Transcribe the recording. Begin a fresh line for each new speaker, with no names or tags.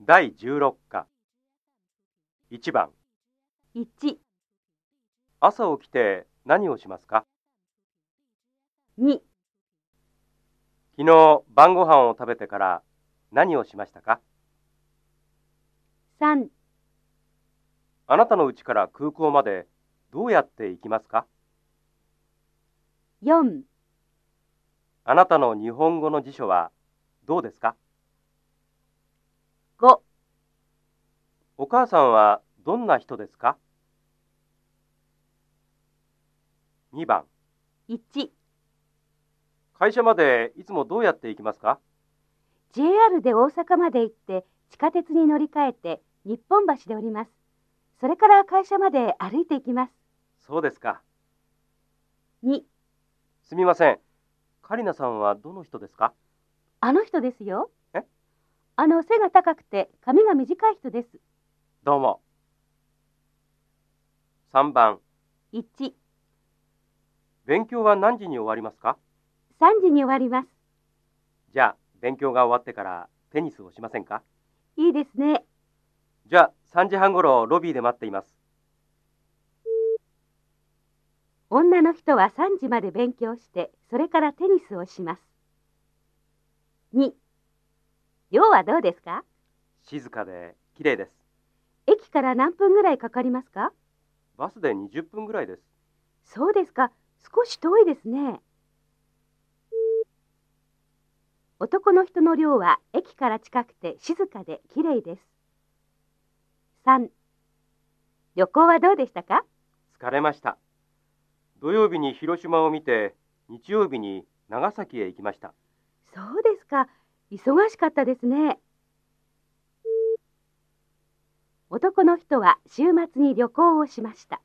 第16課1番
1、
朝起きて何をしますか
2、
昨日晩ご飯を食べてから何をしましたか
3、
あなたの家から空港までどうやって行きますか
4、
あなたの日本語の辞書はどうですか
5、
お母さんはどんな人ですか2番
1。
会社までいつもどうやって行きますか
JR で大阪まで行って地下鉄に乗り換えて日本橋で降ります。それから会社まで歩いていきます。
そうですか
2、
すみませんカリナさんはどの人ですか
あの人ですよ。
え
あの背が高くて髪が短い人です。
どうも3番
1、3
勉強は何時に終わりますか
時に終わります。
じゃあ勉強が終わってからテニスをしませんか
いいですね。
じゃあ3時半ごろロビーで待っています
女の人は3時まで勉強して、それからテニスをします。2、量はどうですか
静かで綺麗です
駅から何分ぐらいかかりますか
バスで20分ぐらいです
そうですか。少し遠いですね。男の人の寮は駅から近くて静かで綺麗です。3. 旅行はどうでしたか
疲れました土曜日に広島を見て日曜日に長崎へ行きました
そうですか。忙しかったですね。男の人は週末に旅行をしました。